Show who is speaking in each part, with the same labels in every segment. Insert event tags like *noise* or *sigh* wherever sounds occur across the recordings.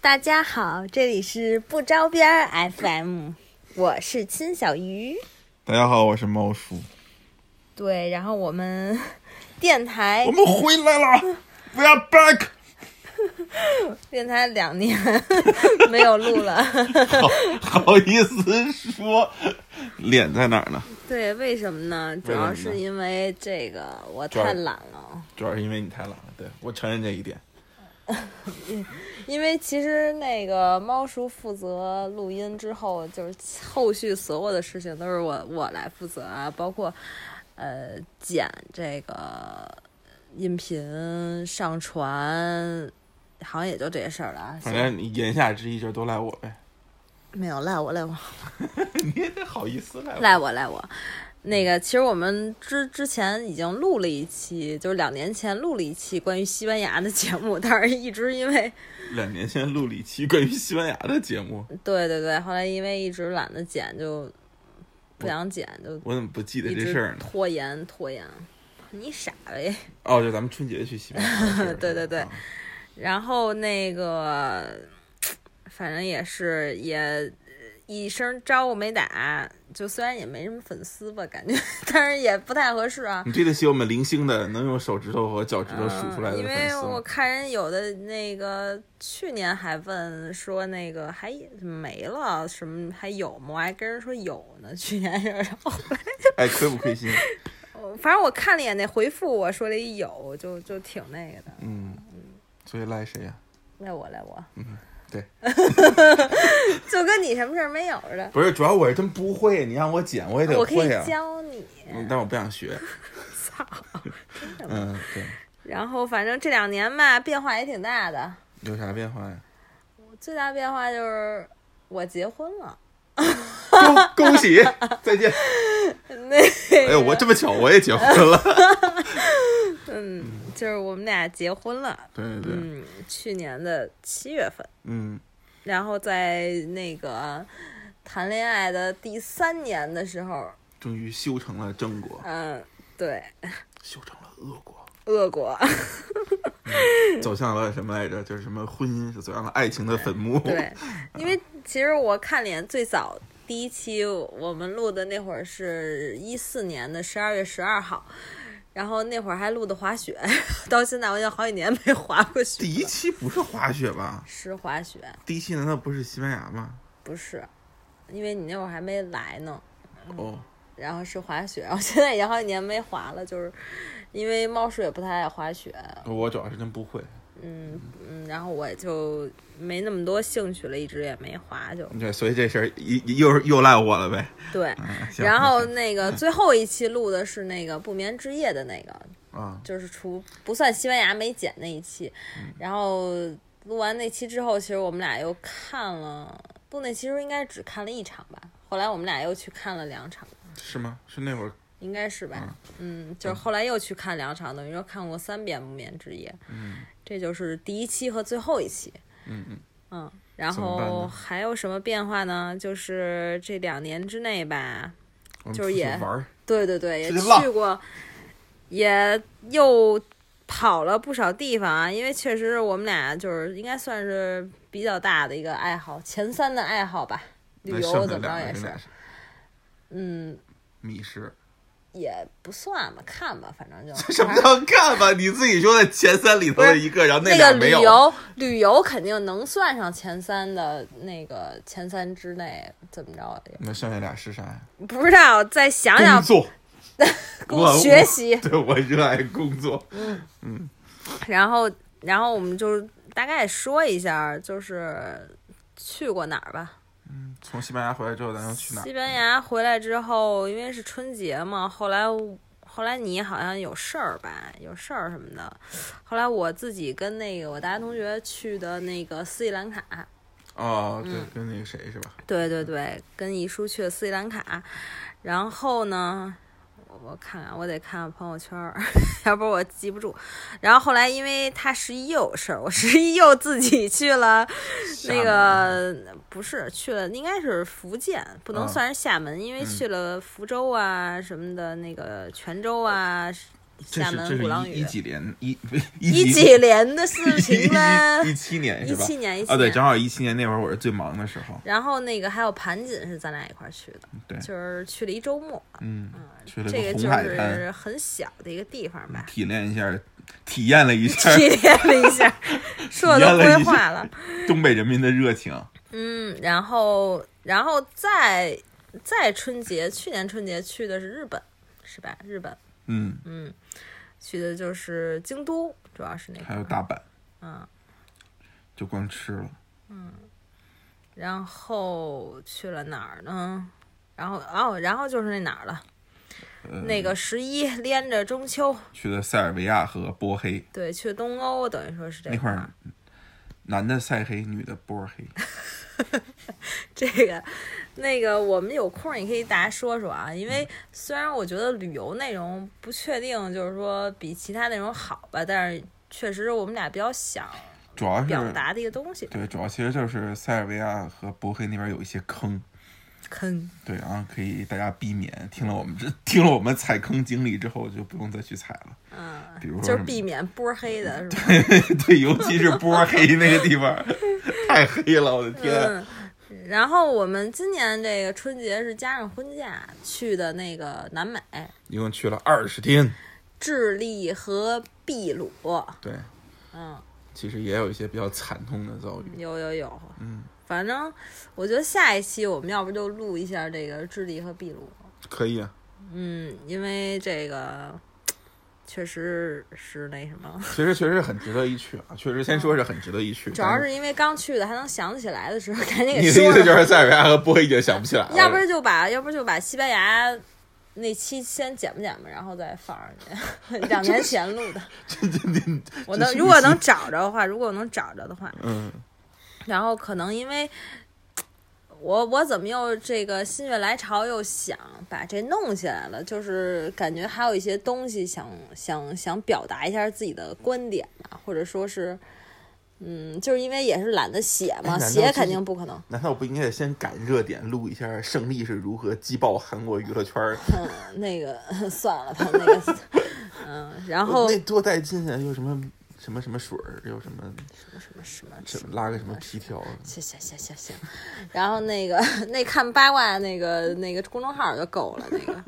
Speaker 1: 大家好，这里是不着边儿 FM，我是亲小鱼。
Speaker 2: 大家好，我是猫叔，
Speaker 1: 对，然后我们电台
Speaker 2: 我们回来了，We are
Speaker 1: *laughs*
Speaker 2: back。
Speaker 1: 电台两年没有录了， *laughs*
Speaker 2: 好好意思说，脸在哪儿呢？
Speaker 1: 对，为什么呢？主要
Speaker 2: 为什么
Speaker 1: 是
Speaker 2: 呢
Speaker 1: 因为这个我
Speaker 2: 主要
Speaker 1: 太懒了，
Speaker 2: 主要是因为你太懒了，对我承认这一点。
Speaker 1: 因为其实那个猫叔负责录音之后，就是后续所有的事情都是我我来负责啊，包括呃剪这个音频上传，好像也就这事儿了啊，
Speaker 2: 反正你言下之意就是都赖我呗，
Speaker 1: 没有赖我赖我。
Speaker 2: *laughs* 你也得好意思赖我。
Speaker 1: 赖我赖我。那个，其实我们之之前已经录了一期，就是两年前录了一期关于西班牙的节目，但是一直因为
Speaker 2: 两年前录了一期关于西班牙的节目，
Speaker 1: 对对对，后来因为一直懒得剪，就不想剪，就
Speaker 2: 我怎么不记得
Speaker 1: 一
Speaker 2: 这事儿
Speaker 1: 直
Speaker 2: 呢？
Speaker 1: 拖延拖延。你傻呗。
Speaker 2: 哦，就咱们春节去西班牙的事儿。
Speaker 1: *laughs* 对对对
Speaker 2: 啊
Speaker 1: 然后那个，反正也是也一声招呼没打，就虽然也没什么粉丝吧，感觉， *laughs* 但是也不太合适啊。
Speaker 2: 你这得写我们零星的，能用手指头和脚趾头数出来
Speaker 1: 嗯
Speaker 2: 的
Speaker 1: 因
Speaker 2: 粉
Speaker 1: 为
Speaker 2: 丝
Speaker 1: 我
Speaker 2: 吗。
Speaker 1: 看人有的那个去年还问说那个还没了什么还有吗？我还跟人说有呢，去年是。然后 *laughs*
Speaker 2: 哎，亏不亏心？
Speaker 1: 我反正我看了一眼那回复，我说了一有，就就挺那个的。
Speaker 2: 嗯，所以赖谁呀、
Speaker 1: 赖我赖我，
Speaker 2: 嗯对，
Speaker 1: *laughs* 就跟你什么事儿没有似的。
Speaker 2: 不是，主要我是真不会，你让我剪我也得
Speaker 1: 我可以
Speaker 2: 会啊。
Speaker 1: 教你，
Speaker 2: 嗯，但我不想
Speaker 1: *laughs*
Speaker 2: 学。
Speaker 1: 操！
Speaker 2: 嗯，对，
Speaker 1: 然后反正这两年吧，变化也挺大的。
Speaker 2: 有啥变化呀？
Speaker 1: 我最大变化就是我结婚了。
Speaker 2: 恭恭喜，再见。
Speaker 1: *laughs* 那
Speaker 2: 哎呦，我这么巧我也结婚
Speaker 1: *laughs*
Speaker 2: 了。
Speaker 1: 嗯，就是我们俩结婚了。
Speaker 2: 对对对，
Speaker 1: 嗯，去年的七月份，
Speaker 2: 嗯，
Speaker 1: 然后在那个谈恋爱的第三年的时候，
Speaker 2: 终于修成了正果，
Speaker 1: 嗯，对，
Speaker 2: 修成了恶果，
Speaker 1: 恶果，
Speaker 2: 走向了什么来着？就是什么婚姻，走向了爱情的坟墓。
Speaker 1: *laughs* 对，因为其实我看脸最早第一期我们录的那会儿是一四年的十二月十二号。然后那会儿还录的滑雪， *laughs* 到现在我已经好几年没滑过雪了。
Speaker 2: 第一期不是滑雪吧？
Speaker 1: 是滑雪，
Speaker 2: 第一期难道不是西班牙吗？
Speaker 1: 不是，因为你那会儿还没来呢。嗯
Speaker 2: 哦，
Speaker 1: 然后是滑雪，我现在已经好几年没滑了，就是因为猫叔也不太爱滑雪，
Speaker 2: 我主要是真不会。
Speaker 1: 嗯嗯，然后我就没那么多兴趣了，一直也没滑就
Speaker 2: 对，所以这事儿又又又赖我了呗。
Speaker 1: 对。
Speaker 2: 嗯，行
Speaker 1: 然后
Speaker 2: 行
Speaker 1: 那
Speaker 2: *laughs*
Speaker 1: 个最后一期录的是那个不眠之夜的那个，
Speaker 2: 啊，
Speaker 1: 就是除不算西班牙没剪那一期，
Speaker 2: 嗯
Speaker 1: 然后录完那期之后，其实我们俩又看了，录那期时候应该只看了一场吧，后来我们俩又去看了两场。
Speaker 2: 是吗？是那会儿
Speaker 1: 应该是吧，嗯，就是后来又去看两场，等于说看过三遍《不眠之夜》，
Speaker 2: 嗯，
Speaker 1: 这就是第一期和最后一期，
Speaker 2: 嗯嗯，
Speaker 1: 嗯，然
Speaker 2: 怎么办
Speaker 1: 后
Speaker 2: 呢
Speaker 1: 还有什么变化呢？就是这两年之内吧，
Speaker 2: 我们
Speaker 1: 就是
Speaker 2: 出去
Speaker 1: 也
Speaker 2: 玩儿。
Speaker 1: 对对对，也
Speaker 2: 出去浪
Speaker 1: 去过，也又跑了不少地方啊，因为确实是我们俩就是应该算是比较大的一个爱好，前三的爱好吧，旅
Speaker 2: 那
Speaker 1: 游
Speaker 2: 剩下
Speaker 1: 怎么着
Speaker 2: 两
Speaker 1: 也
Speaker 2: 个
Speaker 1: 是
Speaker 2: 人，
Speaker 1: 嗯，
Speaker 2: 密
Speaker 1: *laughs*
Speaker 2: 室。
Speaker 1: 也不算吧，看吧，反正就
Speaker 2: *laughs* 什么叫看吧？你自己说的前三里头的一个，然后
Speaker 1: 那
Speaker 2: 俩
Speaker 1: 个
Speaker 2: 没
Speaker 1: 旅
Speaker 2: 有。
Speaker 1: 游旅游肯定能算上前三的那个前三之内，怎么着也
Speaker 2: 那剩下俩是啥呀？
Speaker 1: 不知道，再想
Speaker 2: 工
Speaker 1: 想 *laughs*
Speaker 2: 作，我
Speaker 1: 工学习，
Speaker 2: *laughs* 对我热爱工作。
Speaker 1: 然后然后我们就是大概说一下，就是去过哪儿吧。
Speaker 2: 从西班牙回来之后，咱要去哪儿？
Speaker 1: 西班牙回来之后，因为是春节嘛，后来后来你好像有事儿吧，有事儿什么的。后来我自己跟那个我大学同学去的那个斯里兰卡，
Speaker 2: 哦，
Speaker 1: 嗯
Speaker 2: 对，跟那个谁是吧？
Speaker 1: 对对对，跟姨叔去了斯里兰卡，然后呢，我我看看，我得看看朋友圈儿， *laughs* 要不然我记不住。然后后来因为他十一又有事儿，我十一又自己去了那个不是去了，应该是福建，不能
Speaker 2: 嗯
Speaker 1: 算是厦门，因为去了福州啊什么的，那个泉州啊。
Speaker 2: 这
Speaker 1: 厦
Speaker 2: 是
Speaker 1: 门
Speaker 2: 这
Speaker 1: 鼓浪
Speaker 2: 是一
Speaker 1: 屿
Speaker 2: 一。几年
Speaker 1: *laughs*
Speaker 2: 一
Speaker 1: 一
Speaker 2: 几
Speaker 1: 几年的事情
Speaker 2: *laughs*
Speaker 1: 嘞
Speaker 2: 一，一七年
Speaker 1: 一
Speaker 2: 是吧？
Speaker 1: 七年，一七
Speaker 2: 啊，对，
Speaker 1: 年。
Speaker 2: 正好一七年那会儿我是最忙的时候，
Speaker 1: 然后那个还有盘锦是咱俩一块儿去的，
Speaker 2: 对，
Speaker 1: 就是去了一周末，
Speaker 2: 嗯，去了
Speaker 1: 这个
Speaker 2: 哎红
Speaker 1: 就
Speaker 2: 海滩，
Speaker 1: 是很小的一个地方
Speaker 2: *laughs*
Speaker 1: 吧，
Speaker 2: 体验一下，体验了一下
Speaker 1: 体验了一
Speaker 2: *laughs*
Speaker 1: 下，说的都
Speaker 2: 哎体验了
Speaker 1: 规
Speaker 2: 一下
Speaker 1: 划了。
Speaker 2: 东北人民的热情。
Speaker 1: 嗯，然后然后再再春节，去年春节去的是日本，是吧？日本
Speaker 2: 嗯，
Speaker 1: 去的就是京都，主要是那
Speaker 2: 还有
Speaker 1: 个。
Speaker 2: 大阪，
Speaker 1: 嗯，
Speaker 2: 就光吃了。
Speaker 1: 然后去了哪儿呢？然后哦，然后就是那哪儿了，
Speaker 2: 呃，
Speaker 1: 那个十一连着中秋，
Speaker 2: 去了塞尔维亚和波黑
Speaker 1: 对，去东欧，等于说是这
Speaker 2: 那块
Speaker 1: 块
Speaker 2: 儿，男的晒黑，女的波黑。
Speaker 1: *laughs* 这个，那个，我们有空儿也可以大家说说啊，因为虽然我觉得旅游内容不确定，就是说比其他内容好吧，但是确实我们俩比较想
Speaker 2: 主要
Speaker 1: 表
Speaker 2: 是
Speaker 1: 达的一个东西。
Speaker 2: 对，主要其实就是塞尔维亚和波黑那边有一些坑，
Speaker 1: 坑，
Speaker 2: 对，然后可以大家避免。听了我们这听了我们踩坑经历之后，就不用再去踩了。
Speaker 1: 嗯，
Speaker 2: 比如说
Speaker 1: 就
Speaker 2: 什
Speaker 1: 是
Speaker 2: *laughs* 么
Speaker 1: 避免波黑的是吧？
Speaker 2: 对，尤其是波黑那个地方， *laughs* 太黑了，我的天！
Speaker 1: 嗯。然后我们今年这个春节是加上婚假去的那个南美，
Speaker 2: 一共去了二十天，
Speaker 1: 智利和秘鲁，
Speaker 2: 对，
Speaker 1: 嗯，
Speaker 2: 其实也有一些比较惨痛的遭遇。
Speaker 1: 有有有，
Speaker 2: 嗯，
Speaker 1: 反正我觉得下一期我们要不就录一下这个智利和秘鲁，
Speaker 2: 可以啊，
Speaker 1: 嗯，因为这个确实是那什么，
Speaker 2: 其实确实很值得一去啊，确实先说是很值得一去。
Speaker 1: 主要
Speaker 2: 但
Speaker 1: 是因为刚去的还能想得起来的时候， *laughs* 赶紧
Speaker 2: 你
Speaker 1: 给
Speaker 2: 的意
Speaker 1: 说
Speaker 2: 思就
Speaker 1: 了，
Speaker 2: 是塞尔维亚和波黑已经想不起来了，
Speaker 1: 要不然就把要不然就把西班牙。那期先剪吧剪吧，然后再放上去。 *laughs* 两年前
Speaker 2: *laughs*
Speaker 1: 录的，我能如果能找着的话，如果我能找着的话，
Speaker 2: 嗯，
Speaker 1: 然后可能因为我我怎么又这个心血来潮又想把这弄起来了，就是感觉还有一些东西想想想表达一下自己的观点嘛，或者说是。嗯，就是因为也是懒得写
Speaker 2: 哎
Speaker 1: 嘛，
Speaker 2: 难道
Speaker 1: 写
Speaker 2: 自己
Speaker 1: 肯定不可能。
Speaker 2: 难道不应该先赶热点录一下胜利是如何击爆韩国娱乐圈儿？
Speaker 1: 嗯，那个 *laughs* 算了吧，那个， *laughs* 嗯，然后
Speaker 2: 那多带劲啊！又什么什么什么水儿，又什么
Speaker 1: 什么什么什么什
Speaker 2: 什
Speaker 1: 么，
Speaker 2: 么拉个什么皮条啊，
Speaker 1: 行行行行行，然后那个 *laughs* 那看八卦那个那个公众号就够了，那个，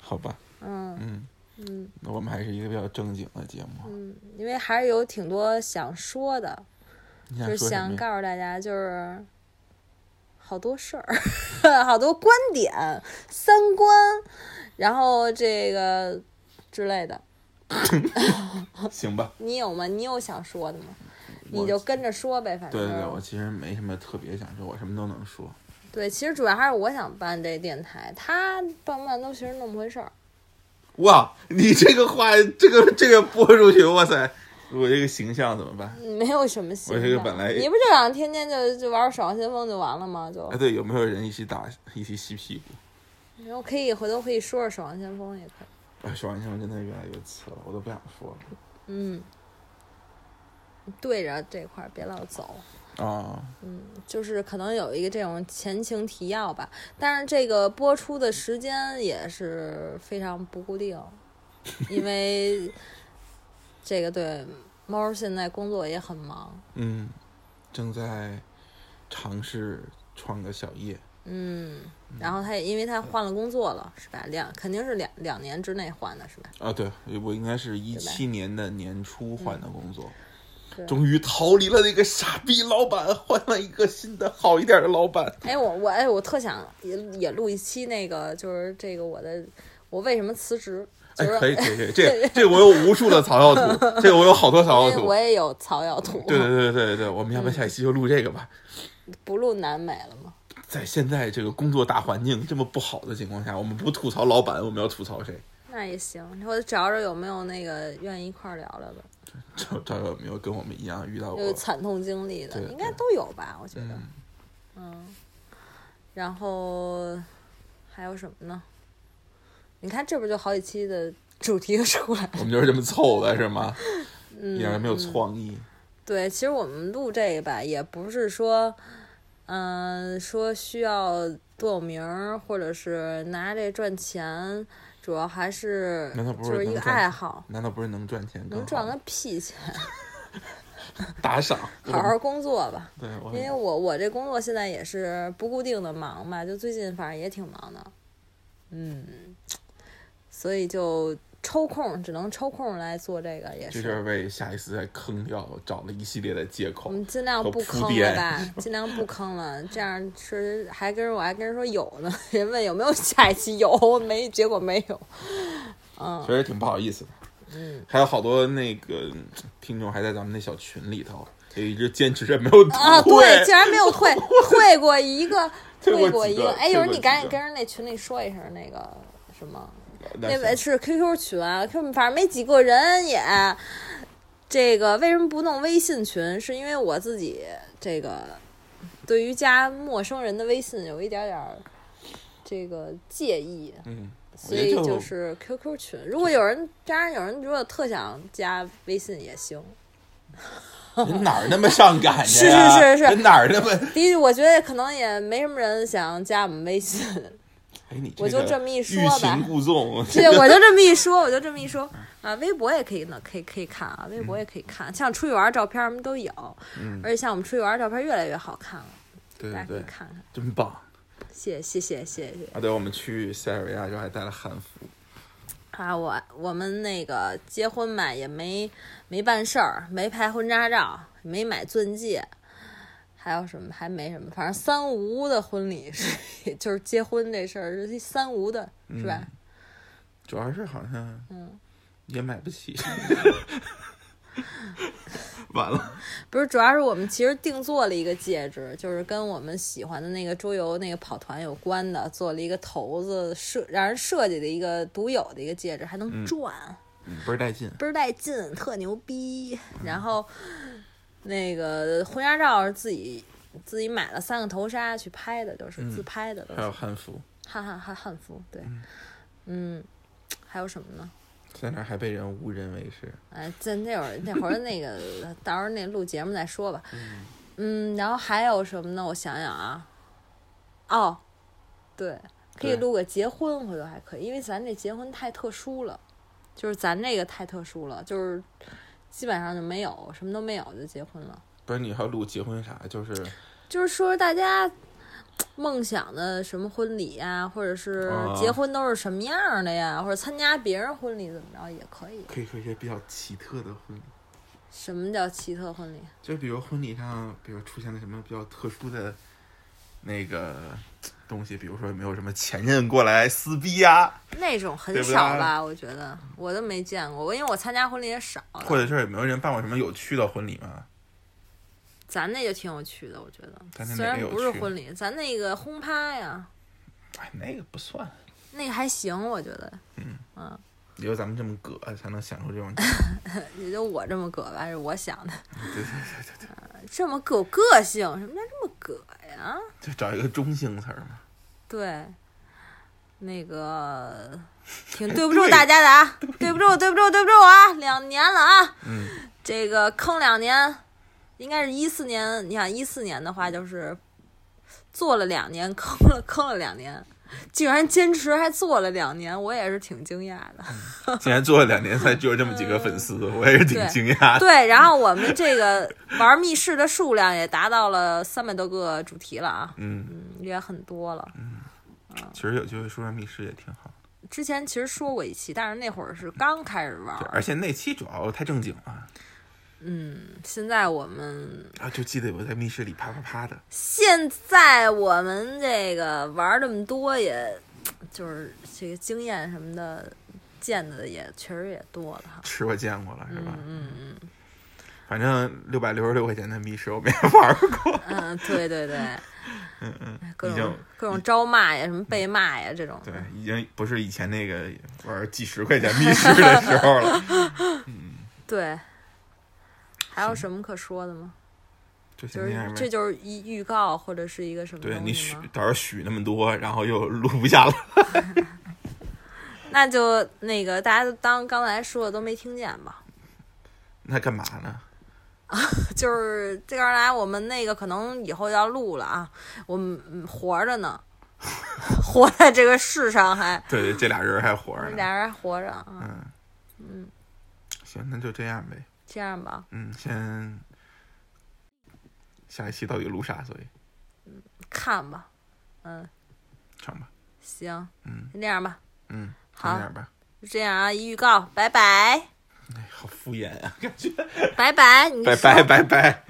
Speaker 2: 好吧，
Speaker 1: 嗯
Speaker 2: 嗯，
Speaker 1: 嗯。
Speaker 2: 那我们还是一个比较正经的节目。
Speaker 1: 嗯，因为还是有挺多想说的，
Speaker 2: 你
Speaker 1: 就
Speaker 2: 想
Speaker 1: 是
Speaker 2: 说什
Speaker 1: 想
Speaker 2: 么呀？
Speaker 1: 告诉大家，就是好多事儿， *laughs* 好多观点、三观，然后这个之类的。
Speaker 2: 行吧，
Speaker 1: 你有吗？你有想说的吗？
Speaker 2: 我
Speaker 1: 你就嗯跟着说呗，反正
Speaker 2: 对对对，我其实没什么特别想说，我什么都能说。
Speaker 1: 对其实主要还是我想办这电台，他办不办都其实那么回事儿。
Speaker 2: 哇，你这个话，这个 *laughs* 这个播出去，哇塞，我这个形象怎么办？
Speaker 1: 没有什么心
Speaker 2: 我
Speaker 1: 的。
Speaker 2: 这个本来
Speaker 1: 你不就想天天就就玩守望先锋就完了吗？就
Speaker 2: 哎，对，有没有人一起打，一起吸屁股？
Speaker 1: 然后可以回头可以说说守望先锋也可以。
Speaker 2: 哎，守望先锋真的越来越次了，我都不想说了
Speaker 1: 嗯，对着这块儿别老走，
Speaker 2: 啊。
Speaker 1: 就是可能有一个这种前情提要吧，但是这个播出的时间也是非常不固定，
Speaker 2: *laughs*
Speaker 1: 因为这个对猫儿现在工作也很忙，
Speaker 2: 嗯，正在尝试创个小业。
Speaker 1: 嗯，然后他也因为他换了工作了，是吧？两肯定是两两年之内换的，是吧？
Speaker 2: 啊，对，我应该是一
Speaker 1: 吧
Speaker 2: 七年的年初换的工作，
Speaker 1: 嗯对
Speaker 2: 终于逃离了那个傻逼老板，换了一个新的好一点的老板。
Speaker 1: 哎，我我哎，我特想也也录一期那个，就是这个我的我为什么辞职，就
Speaker 2: 哎
Speaker 1: 是，
Speaker 2: 可以，可以，可以，这这我有无数的草药
Speaker 1: *laughs*
Speaker 2: 图，这个我有好多草药
Speaker 1: 因为
Speaker 2: 图
Speaker 1: 我。也有草药图，
Speaker 2: 对对对对对对，我们要不要下一期就录这个吧？
Speaker 1: 不录南美了吗？
Speaker 2: 在现在这个工作大环境这么不好的情况下，我们不吐槽老板，我们要吐槽谁？
Speaker 1: 那也行，我找找有没有那个愿意一块儿聊聊的，
Speaker 2: 找找有没有跟我们一样遇到
Speaker 1: 有
Speaker 2: 过？
Speaker 1: 惨痛经历
Speaker 2: 哦
Speaker 1: 的，
Speaker 2: 对
Speaker 1: 应该都有吧？我觉得，
Speaker 2: 嗯，
Speaker 1: 然后还有什么呢？你看，这不就好几期的 *laughs* 主题就出来了？
Speaker 2: 我们就是这么凑的，是吗？一点都
Speaker 1: 嗯，
Speaker 2: 没有创意。
Speaker 1: 对，其实我们录这个吧，也不是说，嗯、说需要多有名儿，或者是拿这赚钱。主要还是
Speaker 2: 难道不是
Speaker 1: 就是一
Speaker 2: 能
Speaker 1: 个
Speaker 2: 赚
Speaker 1: 爱
Speaker 2: 钱
Speaker 1: 好，
Speaker 2: 难道不是能赚钱更
Speaker 1: 能
Speaker 2: 好
Speaker 1: 赚
Speaker 2: 吗
Speaker 1: 个屁钱，
Speaker 2: 打赏？
Speaker 1: 好好工作吧。
Speaker 2: 对我
Speaker 1: 因为我我这工作现在也是不固定的忙吧，就最近反正也挺忙的，嗯，所以就抽空只能抽空来做这个，也
Speaker 2: 这
Speaker 1: 是
Speaker 2: 就是为下一次再坑掉找了一系列的借
Speaker 1: 我
Speaker 2: 口。
Speaker 1: 们尽量
Speaker 2: 和
Speaker 1: 不
Speaker 2: 铺
Speaker 1: 坑了
Speaker 2: 垫
Speaker 1: 吧，尽量不坑了，这样是还跟我还跟人说有呢， *laughs* 人问有没有下一期有没，结果没有，嗯
Speaker 2: 其实挺不好意思的。
Speaker 1: 嗯，
Speaker 2: 还有好多那个嗯听众还在咱们那小群里头，也一直坚持着没有退。
Speaker 1: 啊，对，竟然没有退退过一个，
Speaker 2: *laughs* 退过
Speaker 1: 过
Speaker 2: 几
Speaker 1: 一
Speaker 2: 个
Speaker 1: 个，哎，
Speaker 2: 退
Speaker 1: 一会儿
Speaker 2: 过
Speaker 1: 你
Speaker 2: 几
Speaker 1: 赶紧
Speaker 2: 个
Speaker 1: 跟人那群里说一声那个什么。
Speaker 2: 那
Speaker 1: 那
Speaker 2: 行
Speaker 1: 位是 QQ 群啊，Q 反正没几个人也。这个为什么不弄微信群？是因为我自己这个对于加陌生人的微信有一点点儿这个介意，
Speaker 2: 嗯，
Speaker 1: 所以
Speaker 2: 我觉得
Speaker 1: 就
Speaker 2: 就是
Speaker 1: QQ 群。如果有人，当然有人如果特想加微信也行。
Speaker 2: *laughs* 人哪儿那么上赶着
Speaker 1: 是
Speaker 2: 呀？
Speaker 1: 是是是
Speaker 2: 人哪儿那么？
Speaker 1: 第一，我觉得可能也没什么人想加我们微信，
Speaker 2: *laughs* 哎，你
Speaker 1: 我就
Speaker 2: 个
Speaker 1: 这么一说
Speaker 2: 欲
Speaker 1: 吧
Speaker 2: 擒故纵，
Speaker 1: *laughs*
Speaker 2: *laughs*
Speaker 1: 对，我就这么一说，我就这么一说
Speaker 2: 嗯
Speaker 1: 啊，微博也可以呢，可以可以看啊，微博也可以看，像出去玩儿照片儿什么都有，
Speaker 2: 嗯
Speaker 1: 而且像我们出去玩儿照片儿越来越好看了，
Speaker 2: 对
Speaker 1: 大家
Speaker 2: 对
Speaker 1: 可以
Speaker 2: 对，
Speaker 1: 看看，
Speaker 2: 真棒。
Speaker 1: 谢谢谢谢谢谢
Speaker 2: 啊，对，我们去塞尔维亚时候还带了汉服，
Speaker 1: 啊，我我们那个结婚嘛也没没办事儿，没拍婚纱照，没买钻戒。还有什么？还没什么，反正三无的婚礼是， *laughs* 就是结婚这事儿是三无的，是
Speaker 2: 嗯
Speaker 1: 吧？
Speaker 2: 主要是好像
Speaker 1: 嗯
Speaker 2: 也买不
Speaker 1: *laughs*
Speaker 2: 起， *laughs* 完了，
Speaker 1: 不是，主要是我们其实定做了一个戒指，就是跟我们喜欢的那个桌游那个跑团有关的，做了一个头子设让人设计的一个独有的一个戒指，还能转，
Speaker 2: 嗯倍儿带劲。
Speaker 1: 倍儿带劲，特牛逼。然后那个婚纱照是自己自己买了三个头纱去拍的，就是
Speaker 2: 嗯
Speaker 1: 自拍的，都
Speaker 2: 还
Speaker 1: 是
Speaker 2: 有汉服，
Speaker 1: 汉汉汉汉服，对，嗯，还有什么呢？
Speaker 2: 在那儿还被人误认为是
Speaker 1: 哎，在那会儿那会儿那个，到时候那录节目再说吧。嗯，然后还有什么呢？我想想啊，哦，对，可以
Speaker 2: 对
Speaker 1: 录个结婚，回头还可以，因为咱这结婚太特殊了，就是咱这个太特殊了，就是基本上就没有什么都没有就结婚了。
Speaker 2: 不是你还录结婚啥？就是
Speaker 1: 就是说说大家梦想的什么婚礼呀，或者是
Speaker 2: 啊
Speaker 1: 结婚都是什么样的呀，或者参加别人婚礼怎么着也可以。
Speaker 2: 可以说一些比较奇特的婚礼，
Speaker 1: 什么叫奇特婚礼？
Speaker 2: 就比如婚礼上，比如出现了什么比较特殊的那个东西，比如说有没有什么前任过来撕逼呀、
Speaker 1: 那种很
Speaker 2: 对不对
Speaker 1: 少吧，我觉得我都没见过，我因为我参加婚礼也少了
Speaker 2: 或者是有没有人办过什么有趣的婚礼吗？
Speaker 1: 咱那就挺有趣的，我觉得
Speaker 2: 咱那
Speaker 1: 虽
Speaker 2: 哪
Speaker 1: 然
Speaker 2: 个有
Speaker 1: 不是
Speaker 2: 趣
Speaker 1: 婚礼，咱那个轰趴呀，
Speaker 2: 哎，那个不算，
Speaker 1: 那个还行，我觉得
Speaker 2: 只有咱们这么葛才能享受这种。 *laughs*
Speaker 1: 也就我这么葛吧，是我想的，呃
Speaker 2: 对对对对对，
Speaker 1: 这么葛有个性，什么叫这么葛呀？
Speaker 2: 就找一个中性词儿嘛。
Speaker 1: 对，
Speaker 2: *laughs*
Speaker 1: 那个挺对不住大家的啊，对不住，对不住，对不住啊，两年了啊，
Speaker 2: *laughs* 嗯，
Speaker 1: 这个坑两年，应该是一四年，你想一四年的话就是做了两年，坑了坑了两年，竟然坚持还做了两年，我也是挺惊讶的。
Speaker 2: 竟然做了两年才只有这么几个粉丝，我也是挺
Speaker 1: 对
Speaker 2: 惊讶的。
Speaker 1: 对，然后我们这个玩密室的数量也达到了三百多个主题了啊，
Speaker 2: 嗯，
Speaker 1: 嗯，也很多了。
Speaker 2: 其实有机会说说密室也挺好。
Speaker 1: 之前其实说过一期，但是那会儿是刚开始玩
Speaker 2: 对，，而且那期主要太正经了，
Speaker 1: 嗯，现在我们
Speaker 2: 然后就记得我在密室里啪啪啪的。
Speaker 1: 现在我们这个玩儿这么多也，就是这个经验什么的，见的也确实也多了
Speaker 2: *laughs*
Speaker 1: 哈。
Speaker 2: 吃我见过了是吧？
Speaker 1: 嗯嗯
Speaker 2: 反正六百六十六块钱的密室我没玩过，
Speaker 1: 嗯嗯，对对对，
Speaker 2: 嗯嗯，
Speaker 1: 各
Speaker 2: 已经
Speaker 1: 种各种招骂呀，什么被骂呀这种。
Speaker 2: *laughs* 对，已经不是以前那个玩几十块钱密室的时候 *laughs* 了。
Speaker 1: 对还有什么可说的吗？
Speaker 2: 就
Speaker 1: 就
Speaker 2: 现在
Speaker 1: 是这就是一预告或者是一个什么
Speaker 2: 对你
Speaker 1: 东西
Speaker 2: 许
Speaker 1: 吗？
Speaker 2: 到时候许那么多，然后又录不
Speaker 1: *laughs*
Speaker 2: 下了。
Speaker 1: 那就那个大家就当刚才说的都没听见吧。
Speaker 2: 那干嘛呢？
Speaker 1: 就是这个，来我们那个可能以后要录了啊，我们嗯活着呢， *laughs* 活在这个世上还，
Speaker 2: 对对，这俩人还活着呢。
Speaker 1: 俩人还活着啊。
Speaker 2: 嗯，
Speaker 1: 嗯，
Speaker 2: 行，那就这样呗。
Speaker 1: 这样吧，
Speaker 2: 嗯，先下一期到底录啥？所以
Speaker 1: 看吧。嗯，
Speaker 2: 唱吧。
Speaker 1: 行，
Speaker 2: 嗯
Speaker 1: 那样吧，
Speaker 2: 嗯，就
Speaker 1: 好
Speaker 2: 这样吧。
Speaker 1: 就这样啊。一预告，拜拜，
Speaker 2: 哎，好敷衍啊！
Speaker 1: 拜拜，你
Speaker 2: 拜
Speaker 1: 说
Speaker 2: 拜拜拜。